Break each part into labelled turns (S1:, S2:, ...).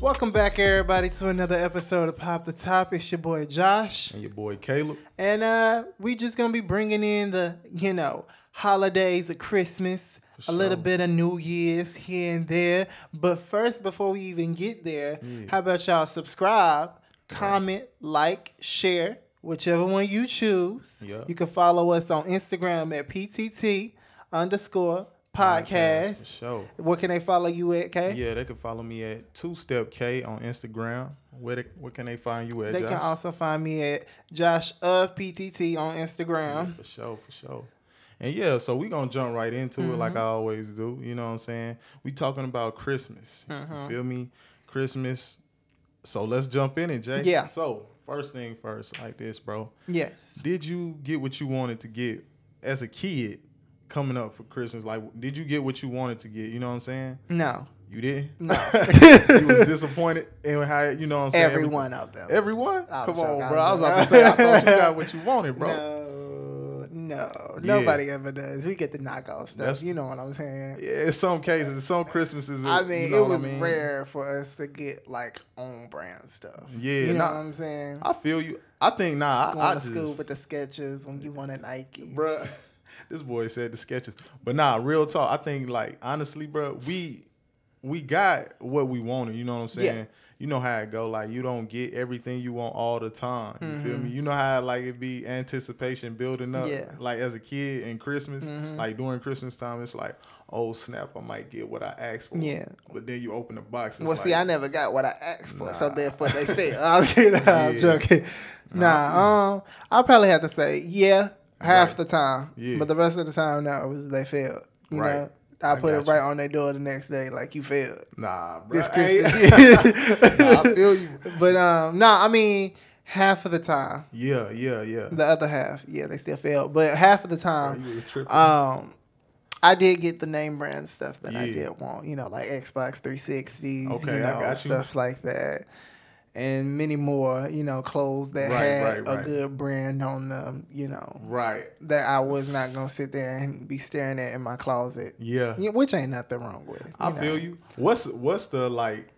S1: Welcome back, everybody, to another episode of Pop the Top. It's your boy Josh,
S2: And your boy Caleb.
S1: and uh, we just gonna be bringing in the you know holidays of Christmas, a little
S2: sure.
S1: bit of New Year's here and there. But first, before we even get there, how about y'all subscribe, comment, like, share, whichever one you choose.
S2: Yeah.
S1: You can follow us on Instagram at ptt underscore
S2: For
S1: podcast.
S2: sure.
S1: Where can they follow you at? K?
S2: Yeah, they can follow me at Two Step K on Instagram. Where they, where can they find you at?
S1: They can
S2: Josh?
S1: also find me at Josh of PTT on Instagram.
S2: For sure, for sure. And yeah, so we gonna jump right into it
S1: Mm-hmm.
S2: like I always do. You know what I'm saying? We talking about Christmas.
S1: Mm-hmm.
S2: You feel me? Christmas. So let's jump in it, Jay.
S1: Yeah.
S2: So first thing first, like this, bro.
S1: Yes.
S2: Did you get what you wanted to get as a kid coming up for Christmas? Like, did you get what you wanted to get? You know what I'm saying?
S1: No.
S2: You didn't.
S1: No.
S2: you was disappointed in how you know what I'm saying.
S1: Every one of them.
S2: Everyone?
S1: I was
S2: Come on,
S1: joking.
S2: bro. I was about to say I thought you got what you wanted, bro.
S1: No. No. Nobody ever does. We get the knockoff stuff.
S2: That's-
S1: you know what I'm saying?
S2: Yeah, in some cases, in some Christmases.
S1: I mean,
S2: you know
S1: it
S2: what I
S1: was
S2: mean?
S1: rare for us to get like own brand stuff.
S2: Yeah,
S1: You know
S2: nah.
S1: what I'm saying?
S2: I feel you. I think nah.
S1: Going
S2: I, I
S1: to
S2: just,
S1: school with the sketches when you wanted Nike.
S2: bruh, This boy said the sketches, but nah, real talk. I think like honestly, bruh, we we got what we wanted. You know what I'm
S1: Yeah.
S2: saying? You know how it go. Like you don't get everything you want all the time. You feel me? You know how like it be anticipation building up.
S1: Mm-hmm. Yeah. Mm-hmm.
S2: Like as a kid in Christmas, like during Christmas time, it's like, oh snap, I might get what I asked for.
S1: Yeah.
S2: But then you open the box. It's
S1: Well, see,
S2: like,
S1: I never got what I asked for, so
S2: Nah.
S1: therefore they failed. I'm, kidding, I'm
S2: Yeah.
S1: joking. Nah, um, I probably have to say yeah, half
S2: Right.
S1: the time,
S2: Yeah.
S1: but the rest of the time, no, it was they failed. You
S2: Right.
S1: know, I,
S2: I
S1: put it
S2: got
S1: right
S2: you.
S1: on their door the next day, like you failed
S2: Nah, bro.
S1: this
S2: Hey.
S1: Christmas.
S2: Nah, I feel you.
S1: But um, nah, I mean half of the time.
S2: Yeah, yeah, yeah.
S1: The other half, yeah, they still failed, but half of the time,
S2: you was tripping.
S1: um. I did get the name brand stuff that I
S2: Yeah.
S1: did want, you know, like Xbox 360s,
S2: Okay,
S1: you
S2: I
S1: know,
S2: got you.
S1: stuff like that, and many more, you know, clothes that
S2: Right,
S1: had
S2: right, right.
S1: a good brand on them, you know,
S2: right.
S1: that I was not gonna sit there and be staring at in my closet,
S2: Yeah.
S1: Yeah, which ain't nothing wrong with. you
S2: I
S1: know.
S2: feel you. What's what's the like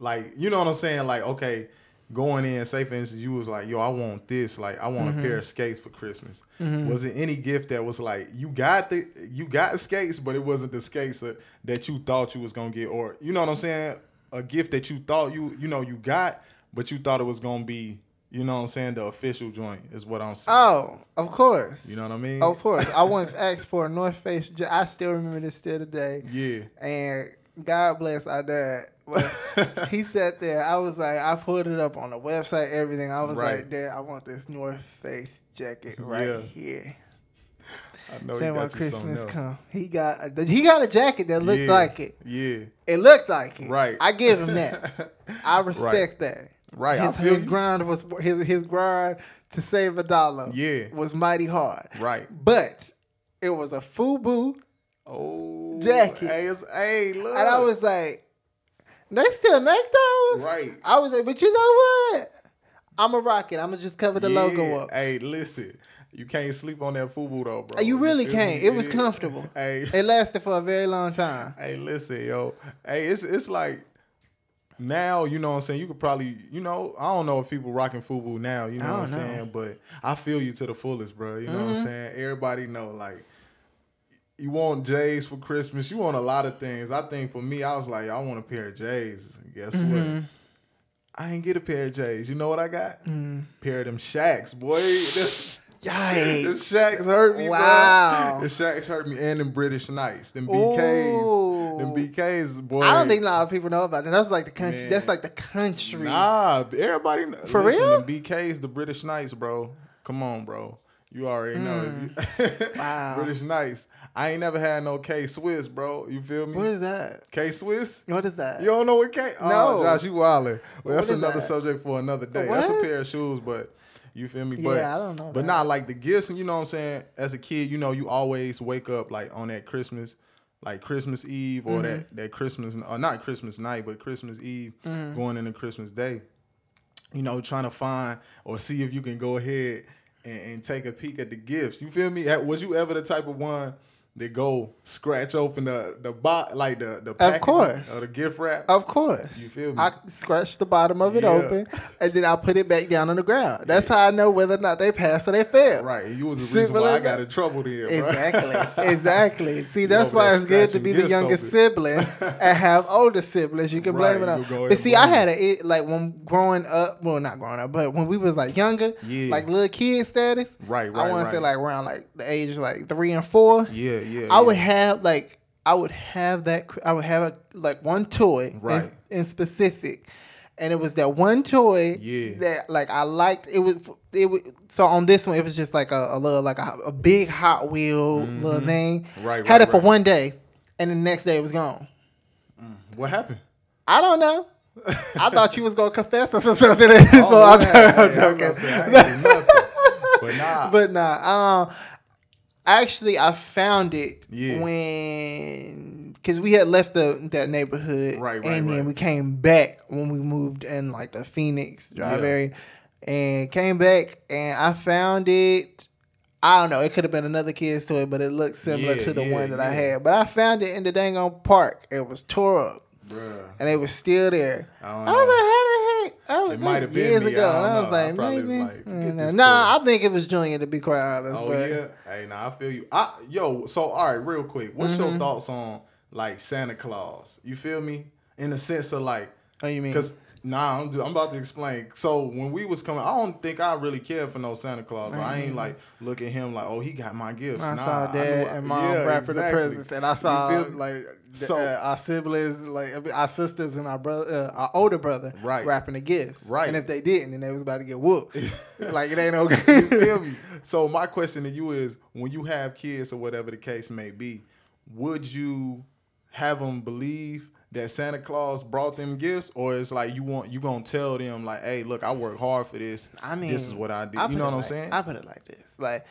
S2: like you know what I'm saying? Like, okay, going in, say for instance, you was like, yo, I want this, like I
S1: Mm-hmm.
S2: want a pair of skates for Christmas. Was it any gift that was like you got the you got skates, but it wasn't the skates that, that you thought you was gonna get, or you know what I'm saying? A gift that you thought you you know you got, but you thought it was gonna be, you know what I'm saying, the official joint is what I'm saying.
S1: Oh, of course.
S2: you know what I mean?
S1: Of course, I once asked for a North Face. j- I still remember this still today.
S2: Yeah.
S1: and God bless our dad. But he sat there. I was like, I pulled it up on the website, everything. I was
S2: Right.
S1: like, Dad, I want this North Face jacket right
S2: Yeah.
S1: here.
S2: I know
S1: Then
S2: you
S1: when
S2: got you something
S1: Christmas
S2: else.
S1: come, he got a, he got a jacket that looked
S2: Yeah,
S1: like it.
S2: Yeah.
S1: It looked like it.
S2: Right.
S1: I give him that. I respect that.
S2: Right, I
S1: His,
S2: feel
S1: his
S2: you.
S1: grind was his his grind to save a dollar.
S2: Yeah.
S1: Was mighty hard.
S2: Right.
S1: But it was a FUBU
S2: Oh,
S1: Jacket.
S2: Hey, it's, hey, look.
S1: And I was like, they still make those?
S2: Right.
S1: I was like, but you know what? I'm a rocket. I'm going to just cover the
S2: Yeah.
S1: logo up.
S2: Hey, listen, you can't sleep on that FUBU though, bro.
S1: you really
S2: feel
S1: can't.
S2: me?
S1: It was
S2: is-
S1: comfortable.
S2: Hey,
S1: It lasted for a very long time.
S2: hey, listen, yo. Hey, it's it's like now, you know what I'm saying. You could probably, you know, I don't know if people rocking FUBU now. You know what I'm
S1: don't know. Mm-hmm.
S2: saying, but I feel you to the fullest, bro. You know what I'm saying. Everybody know like. You want J's for Christmas. You want a lot of things. I think for me, I was like, I want a pair of J's. Guess
S1: Mm-hmm.
S2: what? I ain't get a pair of J's. You know what I got?
S1: Mm.
S2: Pair of them Shacks, boy. This, them
S1: Yikes.
S2: Shacks hurt me,
S1: Wow.
S2: bro. The Shacks hurt me, and them British Knights, them BKs,
S1: Ooh.
S2: them BKs, boy.
S1: I don't think a lot of people know about that. That's like the country.
S2: Man.
S1: That's like the country.
S2: Nah, everybody. kn-
S1: For
S2: listen,
S1: real?
S2: The BKs, the British Knights, bro. Come on, bro. You already know. If you-
S1: Hmm. Wow.
S2: British Knights. I ain't never had no K Swiss, bro. You feel
S1: What
S2: me?
S1: is that?
S2: K Swiss.
S1: What is that?
S2: You don't know what K? Oh,
S1: No.
S2: Josh, you wildin'. Well, that's
S1: is
S2: another
S1: that?
S2: subject for another day. That's a
S1: What?
S2: pair of shoes, but you feel me? But,
S1: Yeah, I don't know
S2: But
S1: that.
S2: not like the gifts, and you know what I'm saying. As a kid, you know, you always wake up like on that Christmas, like Christmas Eve or
S1: Mm-hmm.
S2: that that Christmas, or not Christmas night, but Christmas Eve, going into Christmas Day. You know, trying to find or see if you can go ahead and, and take a peek at the gifts. You feel me? At- Was you ever the type of one that go scratch open the the box like the the package
S1: course.
S2: or the gift wrap.
S1: Of course.
S2: You feel me?
S1: I scratch the bottom of it
S2: Yeah.
S1: open and then I put it back down on the ground. That's how I know whether or not they pass or they fail.
S2: Right, you was the reason
S1: Simple
S2: why I
S1: as
S2: got
S1: that.
S2: in trouble there. bruh.
S1: Exactly. exactly. See, that's
S2: over
S1: why
S2: there
S1: it's good to
S2: scratching
S1: be the
S2: gifts
S1: youngest
S2: over.
S1: sibling and have older siblings. You can blame
S2: Right,
S1: it on.
S2: you go ahead
S1: But
S2: and
S1: see, I
S2: blame
S1: had a it like when growing up. Well, not growing up, but when we was like younger,
S2: Yeah.
S1: like little kid status.
S2: Right,
S1: I
S2: right,
S1: want to say
S2: right.
S1: like around like the age like three and four.
S2: Yeah, yeah.
S1: I would
S2: yeah.
S1: have like I would have that cr- I would have a, like one toy in-
S2: Right.
S1: in, specific, and it was that one toy
S2: Yeah.
S1: that like I liked. It was it was, so on this one it was just like a, a little like a, a big Hot Wheel little thing.
S2: Mm-hmm. Right,
S1: had
S2: right,
S1: it for
S2: right.
S1: one day, and the next day it was gone.
S2: What happened?
S1: I don't know. I thought you was gonna confess us or something. That's what
S2: Oh,
S1: I'm
S2: man,
S1: trying- I'm
S2: hey, I was
S1: joking.
S2: gonna say, I ain't do nothing. But nah,
S1: but nah, um, actually, I found it
S2: Yeah.
S1: when because we had left the that neighborhood,
S2: Right, right,
S1: and then
S2: right.
S1: we came back when we moved in like the Phoenix,
S2: Yeah.
S1: Dry Valley, and came back, and I found it. I don't know. It could have been another kid's toy, but it looked similar
S2: Yeah,
S1: to the
S2: yeah,
S1: one that I
S2: yeah.
S1: had. But I found it in the dang on park. It was tore up,
S2: bruh.
S1: and it was still there.
S2: I don't
S1: I
S2: know.
S1: was like, how the heck? I was,
S2: It might have been
S1: years
S2: me.
S1: ago.
S2: I don't
S1: and I was
S2: know. I
S1: like,
S2: probably was
S1: maybe.
S2: like,
S1: I
S2: forget
S1: don't know.
S2: this
S1: nah, I think it was Junior to be quite honest.
S2: Oh
S1: but
S2: yeah. Hey, now I feel you. I yo. So all right, real quick. What's
S1: Mm-hmm.
S2: your thoughts on like Santa Claus? You feel me? In the sense of like,
S1: Oh, you mean?
S2: because nah, I'm, I'm about to explain. So when we was coming, I don't think I really cared for no Santa Claus. But I ain't like look at him like, oh, he got my gifts.
S1: Mm-hmm. I
S2: nah,
S1: saw
S2: knew
S1: dad
S2: I-
S1: and mom
S2: Yeah,
S1: wrap for the
S2: exactly.
S1: presents, and I
S2: You
S1: saw
S2: feel me?
S1: like the-
S2: So-
S1: uh, our siblings, like our sisters and our brother, uh, our older brother,
S2: Right.
S1: wrapping the gifts.
S2: Right.
S1: and if they didn't, then they was about to get whooped. like it ain't
S2: You
S1: okay.
S2: feel me? So my question to you is, when you have kids or whatever the case may be, would you have them believe that Santa Claus brought them gifts, or it's like you want you gonna tell them like, hey, look, I work hard for this.
S1: I mean,
S2: this is what I did.
S1: I
S2: you
S1: put
S2: know
S1: it
S2: what I'm
S1: like-
S2: saying?
S1: I put it like this: like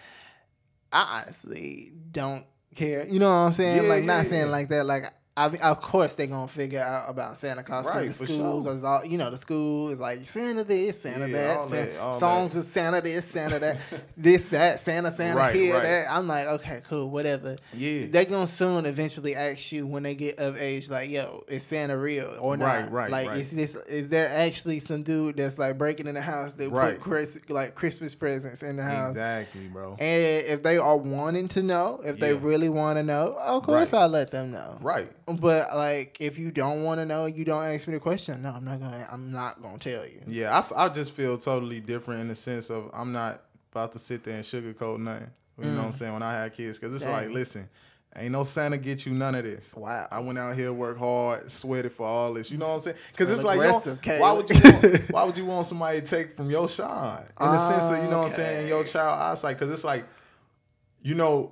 S1: I honestly don't care. You know what I'm saying?
S2: Yeah,
S1: like not
S2: yeah,
S1: saying
S2: yeah.
S1: like that. Like I mean, of course they gonna figure out about Santa Claus. 'cause
S2: Right,
S1: the
S2: for
S1: schools
S2: sure.
S1: is all you know. The school is like Santa this, Santa
S2: Yeah, all
S1: that,
S2: that,
S1: Santa-
S2: all that.
S1: songs is Santa this, Santa that, this that, Santa Santa
S2: Right,
S1: here
S2: right.
S1: that. I'm like okay, cool, whatever.
S2: Yeah.
S1: they're gonna soon eventually ask you when they get of age, like yo, is Santa real or not?
S2: Right, right,
S1: Like
S2: right.
S1: is this is there actually some dude that's like breaking in the house that
S2: Right.
S1: put Chris, like Christmas presents in the house?
S2: exactly, bro.
S1: And if they are wanting to know, if they
S2: Yeah.
S1: really want to know, of course
S2: Right.
S1: I'll let them know.
S2: right.
S1: But like, if you don't want to know, you don't ask me the question. No, I'm not gonna. I'm not gonna tell you.
S2: Yeah, I, f- I just feel totally different in the sense of I'm not about to sit there and sugarcoat nothing. You know what I'm saying? When I had kids, because it's
S1: Mm.
S2: like,
S1: Dang.
S2: listen, ain't no Santa get you none of this.
S1: Wow.
S2: I went out here, worked hard, sweated for all this. You know what I'm saying? Because
S1: real
S2: it's like, you don't-
S1: aggressive, Caleb.
S2: why would you want, why would you want somebody to take from your shine? In the sense of you know what I'm saying,
S1: Ah,
S2: your child eyesight. Because it's like, you know,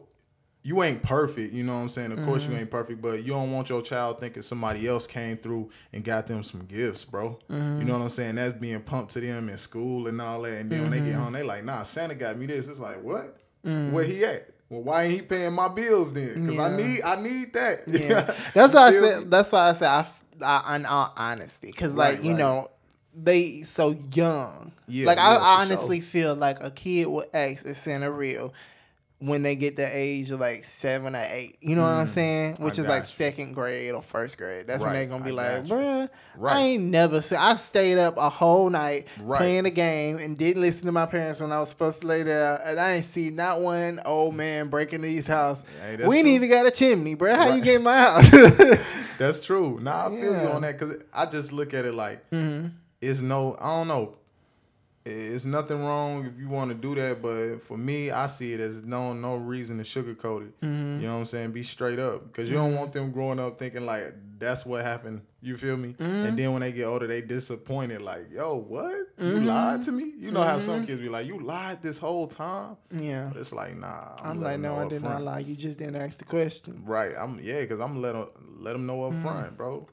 S2: you ain't perfect. You know what I'm saying? Of course
S1: Mm-hmm.
S2: you ain't perfect, but you don't want your child thinking somebody else came through and got them some gifts, bro.
S1: Mm-hmm.
S2: You know what I'm saying? That's being pumped to them in school and all that. And then when they
S1: Mm-hmm.
S2: get home, they like, nah, Santa got me this. It's like, what? Where he at? Well, why ain't he paying my bills then? Because I
S1: Mm. Yeah.
S2: need I need that.
S1: Yeah, that's why I
S2: You feel
S1: said. That's why I said. I, f- I in all honesty, because like
S2: Right,
S1: you
S2: right.
S1: know, they so young.
S2: Yeah,
S1: like I,
S2: yeah,
S1: I
S2: for sure.
S1: honestly feel like a kid will ask is Santa real when they get the age of like seven or eight. You know what I'm saying? Which is
S2: got
S1: like
S2: you.
S1: second grade or first grade. That's when
S2: Mm, Right,
S1: they're gonna be
S2: I
S1: like,
S2: got you.
S1: bruh,
S2: Right.
S1: I ain't never seen. I stayed up a whole night
S2: Right.
S1: playing the game and didn't listen to my parents when I was supposed to lay down, and I ain't see not one old man breaking into his house.
S2: Hey, that's
S1: we ain't
S2: true.
S1: even got a chimney, bruh. How you
S2: Right.
S1: get in my house?
S2: That's true. Nah, I feel you
S1: Yeah. Mm-hmm.
S2: on that because I just look at it like it's no, I don't know. It's nothing wrong if you want to do that, but for me, I see it as no no reason to sugarcoat it.
S1: Mm-hmm.
S2: You know what I'm saying? Be straight up because you don't want them growing up thinking like that's what happened. You feel me?
S1: Mm-hmm.
S2: And then when they get older, they disappointed. Like, yo, what? You
S1: Mm-hmm.
S2: lied to me? You know how some kids be like, you lied this whole time.
S1: yeah.
S2: But it's like, nah.
S1: Mm-hmm. I'm like,
S2: letting
S1: no,
S2: them
S1: I
S2: know
S1: did
S2: upfront.
S1: not lie. You just didn't ask the question.
S2: Right. I'm yeah, because I'm let them let them know up
S1: Mm-hmm.
S2: front, bro.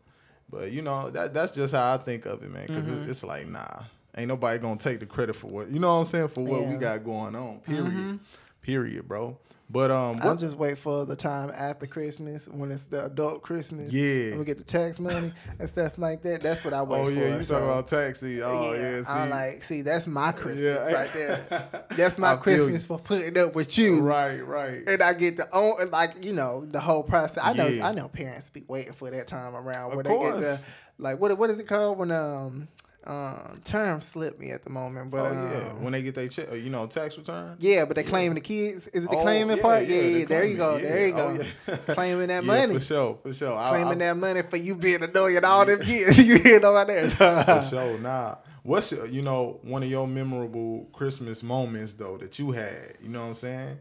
S2: But you know that that's just how I think of it, man. Because
S1: Mm-hmm.
S2: it, it's like nah, ain't nobody gonna take the credit for what you know what I'm saying for what we
S1: Yeah. Mm-hmm.
S2: got going on. Period. Period, bro. But um,
S1: I'll
S2: what,
S1: just wait for the time after Christmas when it's the adult Christmas.
S2: Yeah.
S1: and we get the tax money and stuff like that. That's what I wait
S2: oh
S1: for.
S2: yeah, you
S1: so-
S2: talking about taxi? Oh yeah, see,
S1: I'm like, see, that's my Christmas
S2: Yeah.
S1: right there. That's my
S2: I feel you.
S1: Christmas for putting up with you.
S2: right, right.
S1: And I get the own, like you know, the whole process. I know,
S2: Yeah.
S1: I know, parents be waiting for that time around
S2: Of
S1: when they get
S2: course.
S1: the, like, what, what is it called when um, um, term slipped me at the moment, but
S2: Oh yeah,
S1: um,
S2: when they get their check, uh, you know, tax return.
S1: yeah, but they claiming the kids. Is it the
S2: Oh,
S1: claiming
S2: yeah,
S1: part?
S2: yeah,
S1: Yeah,
S2: they
S1: yeah, there you
S2: claiming,
S1: go, there you
S2: yeah.
S1: go,
S2: Oh, yeah.
S1: claiming that
S2: Yeah,
S1: money,
S2: for sure, for sure. I-
S1: claiming
S2: I-
S1: that money for you being annoying all them kids. you hear about
S2: For
S1: that?
S2: sure, nah. What's your, you know one of your memorable Christmas moments though that you had? You know what I'm saying?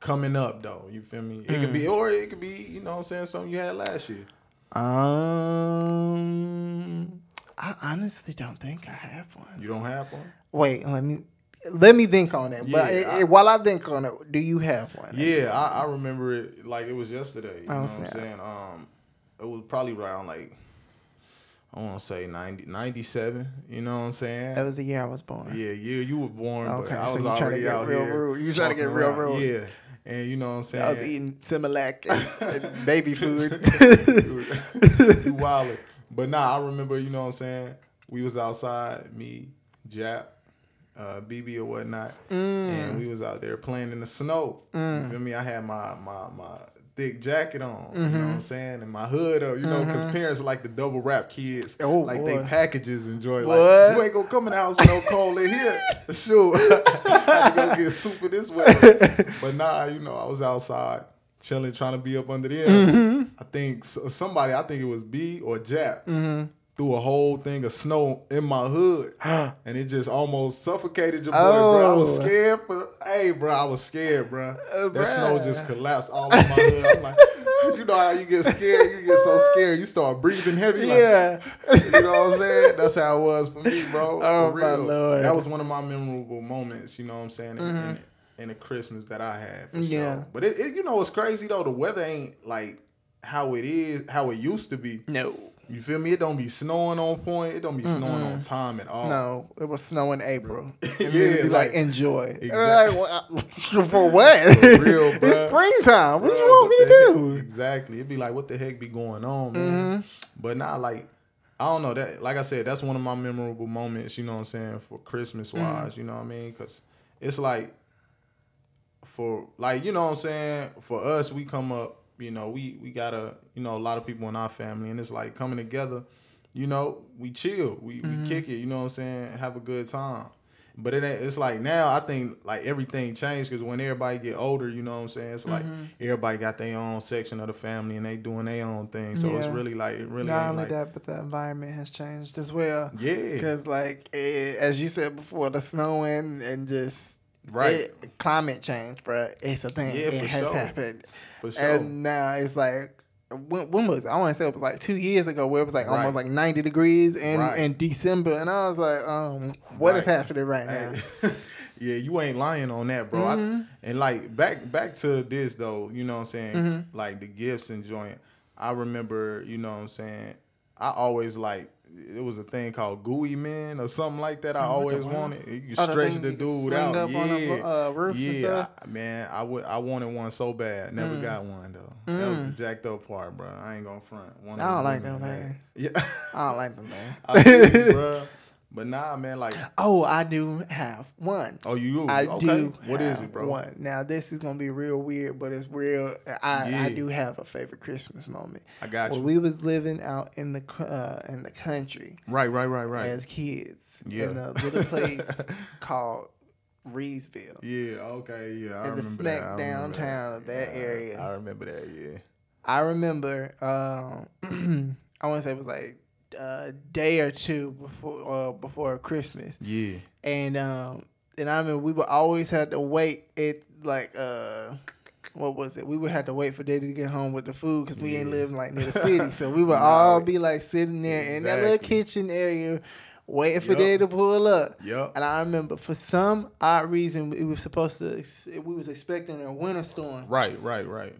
S2: Coming up though, you feel me? It could
S1: Mm.
S2: be or it could be you know what I'm saying something you had last year.
S1: Um, I honestly don't think I have one.
S2: You don't have one?
S1: Wait, let me let me think on it.
S2: Yeah,
S1: but it,
S2: I-
S1: it- while I think on it, do you have one?
S2: Yeah, I, I remember it like it was yesterday. You know what I'm
S1: Oh, snap.
S2: saying? Um, it was probably around like I want to say 90, 97, You know what I'm saying?
S1: that was the year I was born.
S2: Yeah, yeah, you were born,
S1: Okay,
S2: but I
S1: so
S2: was
S1: you tryna
S2: already
S1: get
S2: out
S1: real
S2: here.
S1: rude. You tryna
S2: walking
S1: get real
S2: around.
S1: rude.
S2: Yeah, and you know what I'm saying.
S1: I was eating Similac and, and baby food.
S2: you wildin'. But nah, I remember, you know what I'm saying? We was outside, me, Jap, uh, BB or whatnot. And we was out there playing in the snow. You feel me? I had my my my thick jacket on, you know what I'm saying? And my hood up, you know, because parents like to double wrap kids.
S1: Oh,
S2: like they
S1: boy.
S2: packages enjoy.
S1: What?
S2: Like, you ain't gonna come in the house with no cold in here. Sure. I gotta go get super this way. But nah, you know, I was outside chilling, trying to be up under there. I think s- somebody, I think it was B or Jap, threw a whole thing of snow in my hood, and it just almost suffocated your boy, bro. I was
S1: Oh.
S2: scared for, hey, bro, I was scared, Uh, bro. that snow
S1: bruh.
S2: just collapsed all over my hood. I'm like. You know how you get scared, you get so scared, you start breathing heavy. like,
S1: yeah.
S2: you know what I'm saying? That's how it was for me, bro.
S1: Oh,
S2: for
S1: my Lord. Mm-hmm.
S2: That was one of my memorable moments, you know what I'm saying, in, in, in the Christmas that I had. For yeah.
S1: Yeah.
S2: Sure. But it, it, you know, what's crazy though. The weather ain't like how it is, how it used to be.
S1: No.
S2: You feel me? It don't be snowing on point. It don't be snowing on time at all.
S1: No, it was snowing April. And yeah,
S2: Yeah,
S1: be like,
S2: like-
S1: enjoy. And we're
S2: Exact-
S1: like, "Wha- for what?
S2: real,
S1: it's
S2: bruh.
S1: springtime. What do you
S2: Bruh,
S1: want me
S2: what
S1: to
S2: the
S1: do? Mm-hmm.
S2: heck- Exactly. It'd be like, what the heck be going on, man? But now, like, I don't know that. Like I said, that's one of my memorable moments. You know what I'm saying for Christmas wise.
S1: Mm-hmm.
S2: You know what I mean? Because it's like for like you know what I'm saying for us, we come up. You know, we we got a you know a lot of people in our family, and it's like coming together. You know, we chill, we
S1: Mm-hmm.
S2: we kick it. You know what I'm saying? Have a good time. But it ain't, it's like now I think like everything changed because when everybody get older, you know what I'm saying? It's like
S1: Mm-hmm.
S2: everybody got their own section of the family and they doing their own thing. So it's
S1: Yeah.
S2: really like it really
S1: Not
S2: ain't
S1: only
S2: like
S1: that, but the environment has changed as well.
S2: yeah,
S1: Because, like, eh, as you said before, the snowing and just
S2: Right.
S1: it- climate change, bro. It's a thing.
S2: Yeah,
S1: it
S2: for
S1: has
S2: sure.
S1: happened.
S2: for sure.
S1: And now it's like, when, when was it? I want to say it was like two years ago where it was like
S2: Right.
S1: almost like 90 degrees in,
S2: Right.
S1: in December. And I was like, um, what is
S2: Right.
S1: happening right now?
S2: Hey, yeah, you ain't lying on that, bro. I-
S1: Mm-hmm.
S2: and like back back to this though, you know what I'm saying?
S1: Mm-hmm.
S2: Like the gifts and joint. I remember, you know what I'm saying? I always like it was a thing called Gooey Man or something like that. I always wanted. You
S1: Oh, the
S2: stretch
S1: thing
S2: the
S1: you can
S2: dude
S1: sling
S2: out,
S1: up
S2: yeah,
S1: on them, uh, roofs and
S2: yeah,
S1: stuff? Mm.
S2: I- man. I would. I wanted one so bad. Never got one though. That was the jacked up part, bro. I ain't gonna front. One of
S1: I don't like
S2: them women,
S1: them
S2: man. Yeah.
S1: I don't like them, man.
S2: I feel you, bro. But nah, man. Like,
S1: oh, I do have one.
S2: oh, you.
S1: I
S2: okay.
S1: do.
S2: What is
S1: have
S2: it, bro?
S1: One. Now this is gonna be real weird, but it's real. I,
S2: Yeah.
S1: I do have a favorite Christmas moment.
S2: I got
S1: When
S2: you.
S1: we was living out in the cou- uh, in the country
S2: Right, right, right, right.
S1: as kids
S2: Yeah.
S1: in a little place called Reesville.
S2: Yeah. Okay. Yeah. I
S1: In the
S2: remember
S1: snack
S2: that. I remember
S1: downtown of that
S2: Yeah,
S1: area.
S2: I remember that. Yeah.
S1: I remember. Um, I want to say it was like a day or two before uh, before Christmas.
S2: Yeah.
S1: and um and I mean we would always had to wait at like uh what was it? We would have to wait for Daddy to get home with the food because we ain't
S2: Yeah.
S1: living like near the city, so we would
S2: Nah,
S1: all
S2: we-
S1: be like sitting there in that little
S2: Exactly.
S1: kitchen area waiting for
S2: Yup.
S1: Daddy to pull up.
S2: Yup.
S1: And I remember for some odd reason we were supposed to ex- we was expecting a winter storm
S2: Right. Right. Right.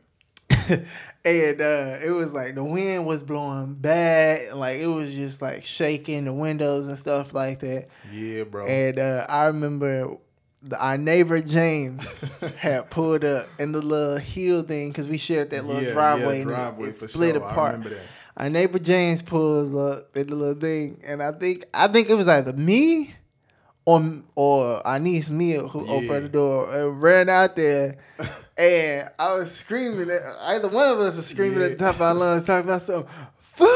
S1: and uh, it was like the wind was blowing bad, like it was just like shaking the windows and stuff like that.
S2: Yeah, bro.
S1: And uh, I remember the- our neighbor James had pulled up in the little hill thing because we shared that little
S2: Yeah, yeah,
S1: driveway and it-
S2: driveway
S1: it
S2: for
S1: split
S2: sure. I
S1: apart.
S2: remember that.
S1: Our neighbor James pulls up in the little thing, and I think I think it was either me or or our niece Mia who
S2: Yeah.
S1: opened the door and ran out there, and I was screaming. At, either one of us was screaming at the
S2: Yeah.
S1: top of our lungs, talking about some food,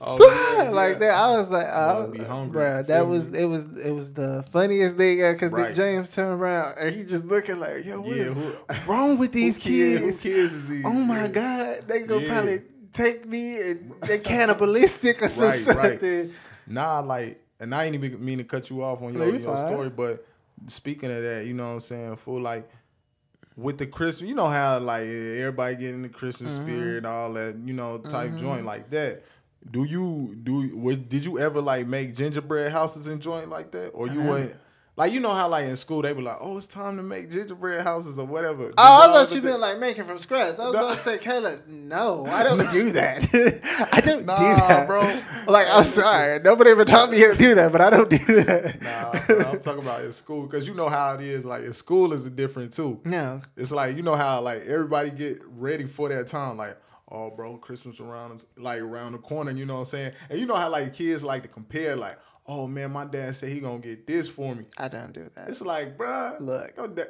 S2: Oh,
S1: food
S2: yeah,
S1: like
S2: yeah.
S1: that. I was like, I
S2: Wanna
S1: was,
S2: be hungry,
S1: bruh,
S2: feel
S1: that was
S2: me?
S1: it was it was the funniest thing because
S2: Right.
S1: James turned around and he just looking like, yo, what
S2: Yeah,
S1: is
S2: who-
S1: wrong with these
S2: kid- who
S1: kids?
S2: kids is these?
S1: Oh my
S2: Yeah.
S1: god, they gonna
S2: Yeah.
S1: probably take me and they cannibalistic or some-
S2: Right, right.
S1: something.
S2: Nah, like, and I ain't even mean to cut you off on
S1: No,
S2: your,
S1: you
S2: your
S1: fine.
S2: story, but speaking of that, you know what I'm saying, fool, like, with the Christmas, you know how, like, everybody get in the Christmas
S1: Mm-hmm.
S2: spirit, all that, you know, type joint like that. Do you, do, what, did you ever, like, make gingerbread houses and joint like that? Or you
S1: Uh-huh.
S2: wasn't, like, you know how, like, in school, they be like, oh, it's time to make gingerbread houses or whatever. Did
S1: Oh, I
S2: y'all
S1: thought
S2: ever
S1: you
S2: do-
S1: meant like making from scratch. I was
S2: No.
S1: about to say, Kayla, no, I don't do that. I don't do
S2: Nah,
S1: that,
S2: bro.
S1: Like, I'm sorry, nobody ever taught me how to do that, but I don't do that.
S2: Nah, bro, I'm talking about in school, because you know how it is, like, in school is different, too.
S1: no,
S2: It's like you know how like everybody get ready for that time, like oh bro, Christmas around is- like around the corner. You know what I'm saying? And you know how like kids like to compare, like oh man, my dad said he gonna get this for me.
S1: I don't do that.
S2: It's like bruh,
S1: Look,
S2: your da-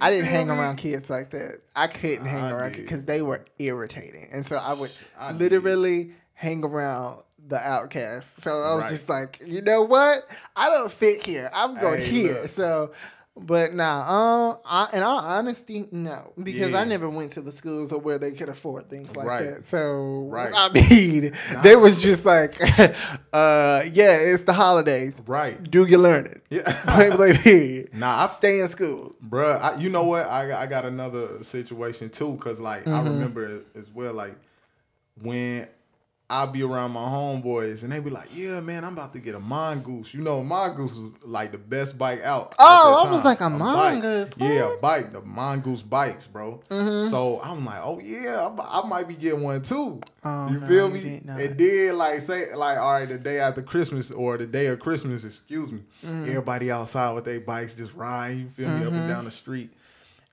S1: I
S2: you
S1: didn't
S2: feel
S1: hang
S2: me?
S1: around kids like that. I couldn't hang
S2: I
S1: around
S2: did.
S1: because they were irritating, and so I would
S2: I did.
S1: literally hang around the outcasts. So I was
S2: Right.
S1: just like, you know what? I don't fit here. I'm going
S2: Hey,
S1: here.
S2: look.
S1: So, but nah. Um, I, in all honesty, no, because I
S2: Yeah.
S1: never went to the schools or where they could afford things like
S2: Right.
S1: that. So
S2: Right.
S1: I mean, they was just like, uh, yeah, it's the holidays.
S2: Right.
S1: Do your learning.
S2: Yeah.
S1: Point blank period.
S2: nah, I
S1: Stay in school.
S2: Bruh, I, you know what? I, I got another situation too, cause like
S1: Mm-hmm.
S2: I remember as well, like when i be around my homeboys and they be like, "Yeah, man, I'm about to get a mongoose." You know, a mongoose was like the best bike out. at
S1: Oh,
S2: that
S1: I was
S2: time.
S1: like, a
S2: bike.
S1: mongoose,
S2: Yeah,
S1: what? Mm-hmm.
S2: a bike. The mongoose bikes, bro. So I'm like, "Oh yeah, I, I might be getting one too."
S1: Oh,
S2: you
S1: no,
S2: feel
S1: you
S2: me?
S1: did not.
S2: And then like say like, all right, the day after Christmas or the day of Christmas, excuse me.
S1: Mm-hmm.
S2: Everybody outside with their bikes just riding. You feel me? Up and down the street,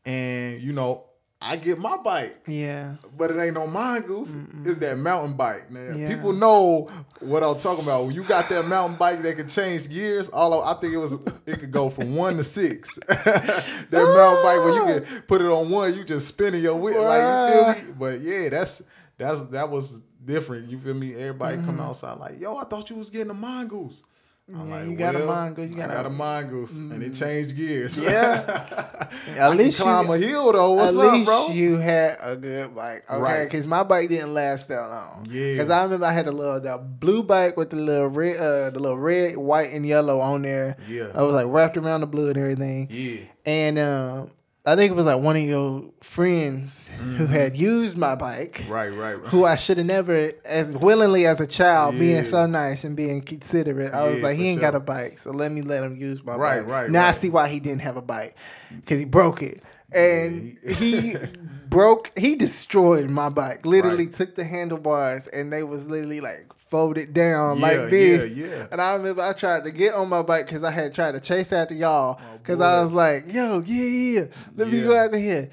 S2: and you know. I get my bike
S1: Yeah.
S2: but it ain't no mongoose. It's that mountain bike, man.
S1: Yeah.
S2: People know what I'm talking about. When you got that mountain bike that can change gears, although I think it was it could go from one to six. that mountain bike where you can put it on one, you just spinning your wheel, like you feel me. But yeah, that's that's that was different. You feel me? Everybody come outside like, yo, I thought you was getting a mongoose. I'm
S1: Mm-hmm. Yeah, you got a mongoose, you
S2: I
S1: got a- Mm-hmm.
S2: got a mongoose, and it changed gears.
S1: Yeah.
S2: at least
S1: least you-
S2: climb a hill though. What's
S1: At
S2: up,
S1: least
S2: bro?
S1: you had a good bike, okay?
S2: Right.
S1: Because my bike didn't last that long.
S2: Yeah.
S1: Because I remember I had a little the blue bike with the little red, uh, the little red, white, and yellow on there.
S2: Yeah.
S1: I was like wrapped around the blue and everything.
S2: yeah.
S1: And um, I think it was like one of your friends
S2: Mm-hmm.
S1: who had used my bike.
S2: Right, right, right.
S1: Who I should have never, as willingly as a child,
S2: Yeah.
S1: being so nice and being considerate, I was
S2: Yeah,
S1: like, he
S2: for
S1: ain't got a
S2: sure.
S1: bike, so let me let him use my
S2: Right,
S1: bike.
S2: right,
S1: Now I
S2: right.
S1: see why he didn't have a bike, because he broke it, and
S2: Yeah,
S1: he broke, he destroyed my bike. Literally
S2: Right.
S1: took the handlebars, and they was literally like folded down
S2: Yeah,
S1: like this.
S2: yeah, yeah.
S1: And I remember I tried to get on my bike because I had tried to chase after y'all, because I
S2: Oh, boy.
S1: was like, yo, yeah, yeah, let me
S2: Yeah.
S1: go out of here.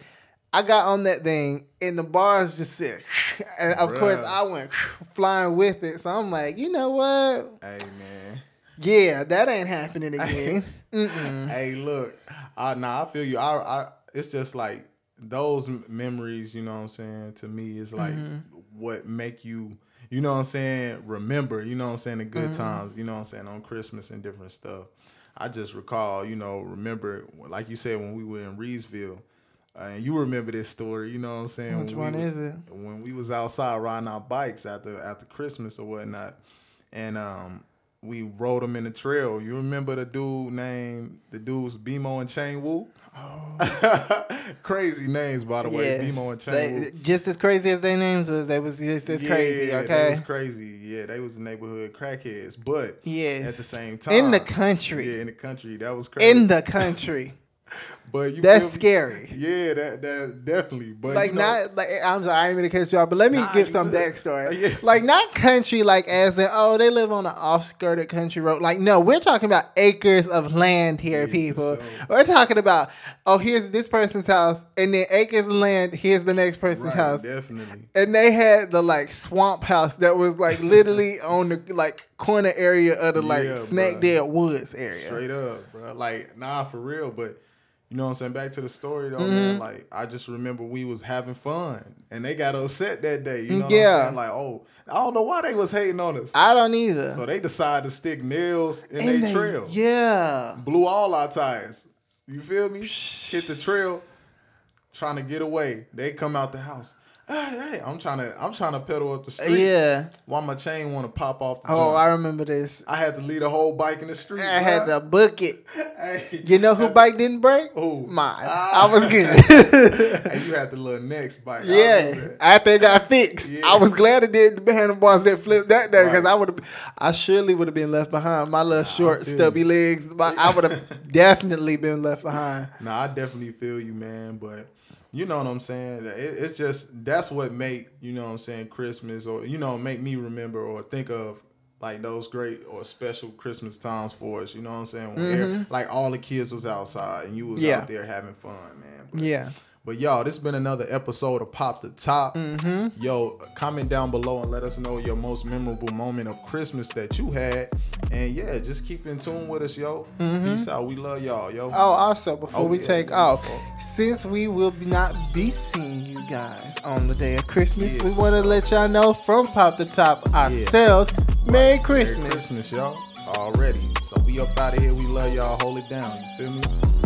S1: I got on that thing and the bars just said, and of course
S2: Bruh.
S1: I went flying with it. So I'm like, you know what?
S2: Hey man.
S1: Yeah, that ain't happening again.
S2: Hey, look. I nah, I feel you. I I it's just like those m- memories, you know what I'm saying? To me is like
S1: Mm-hmm.
S2: what make you, you know what I'm saying, remember, you know what I'm saying, the good
S1: Mm-hmm.
S2: times, you know what I'm saying, on Christmas and different stuff. I just recall, you know, remember like you said when we were in Reedsville. uh, and you remember this story, you know what I'm saying?
S1: Which
S2: when we
S1: one
S2: was-
S1: is it?
S2: when we was outside riding our bikes after after Christmas or whatnot, and um, we rode them in the trail. You remember the dude named the dudes Bimo and Chain Wu? Oh. Crazy names by the way, Bimo and Chain Wu.
S1: they, just as crazy as their names was, they was just as crazy.
S2: Yeah,
S1: Okay,
S2: they was crazy. Yeah, they was neighborhood crackheads, but
S1: Yes.
S2: at the same time
S1: in the country,
S2: yeah, in the country, that was crazy.
S1: in the country.
S2: But you
S1: That's
S2: feel me?
S1: scary.
S2: Yeah, that that definitely. But
S1: like
S2: you know,
S1: not like I'm sorry, I ain't mean to catch y'all, but let me
S2: Nah,
S1: give
S2: you
S1: some
S2: good.
S1: backstory.
S2: Yeah.
S1: Like not country, like as in oh they live on an off-skirt of country road. Like no, we're talking about acres of land here,
S2: for
S1: people.
S2: sure.
S1: We're talking about oh here's this person's house, and then acres of land. Here's the next person's
S2: right,
S1: house.
S2: Definitely.
S1: And they had the like swamp house that was like literally on the like corner area of the like
S2: Yeah,
S1: snack
S2: bruh.
S1: dead woods area.
S2: Straight up, bro. Like, nah, for real. But you know what I'm saying? Back to the story though,
S1: Mm-hmm.
S2: man. Like, I just remember we was having fun and they got upset that day. You know
S1: Yeah.
S2: what I'm saying? Like, oh, I don't know why they was hating on us.
S1: I don't either.
S2: so they decided to stick nails in
S1: And
S2: their trail.
S1: Yeah.
S2: Blew all our tires. You feel me? Hit the trail, trying to get away. They come out the house. Ah, Hey, hey, I'm trying to I'm trying to pedal up the street.
S1: Yeah.
S2: Why my chain wanna pop off the
S1: Oh,
S2: joint.
S1: I remember this.
S2: I had to lead a whole bike in the street.
S1: I had
S2: bruh.
S1: to book it.
S2: Hey.
S1: You know who bike didn't break?
S2: Who?
S1: Mine.
S2: Ah.
S1: I was good.
S2: and you had the little next bike. I
S1: yeah.
S2: remember that.
S1: After it got fixed,
S2: Yeah.
S1: I was glad it did the handlebars that flipped that day because
S2: Right.
S1: I would have, I surely would have been left behind. My little short,
S2: feel
S1: stubby legs, but I would have definitely been left behind.
S2: Nah, I definitely feel you, man. But you know what I'm saying. It, it's just that's what make you know what I'm saying Christmas or you know make me remember or think of like those great or special Christmas times for us. You know what I'm saying. When air- like all the kids was outside and you was
S1: Mm-hmm. Yeah.
S2: out there having fun, man. But,
S1: Yeah.
S2: But y'all, this been another episode of Pop the Top.
S1: Mm-hmm.
S2: Yo, comment down below and let us know your most memorable moment of Christmas that you had. And yeah, just keep in tune with us, yo.
S1: Mm-hmm.
S2: Peace out. We love y'all, yo.
S1: Oh, also before
S2: Oh,
S1: we
S2: yeah,
S1: take
S2: yeah,
S1: off,
S2: before.
S1: since we will be not be seeing you guys on the day of Christmas,
S2: Yeah.
S1: we want to let y'all know from Pop the Top ourselves, Merry Christmas.
S2: Merry Christmas, y'all. Already. So we up out of here. We love y'all. Hold it down. You feel me?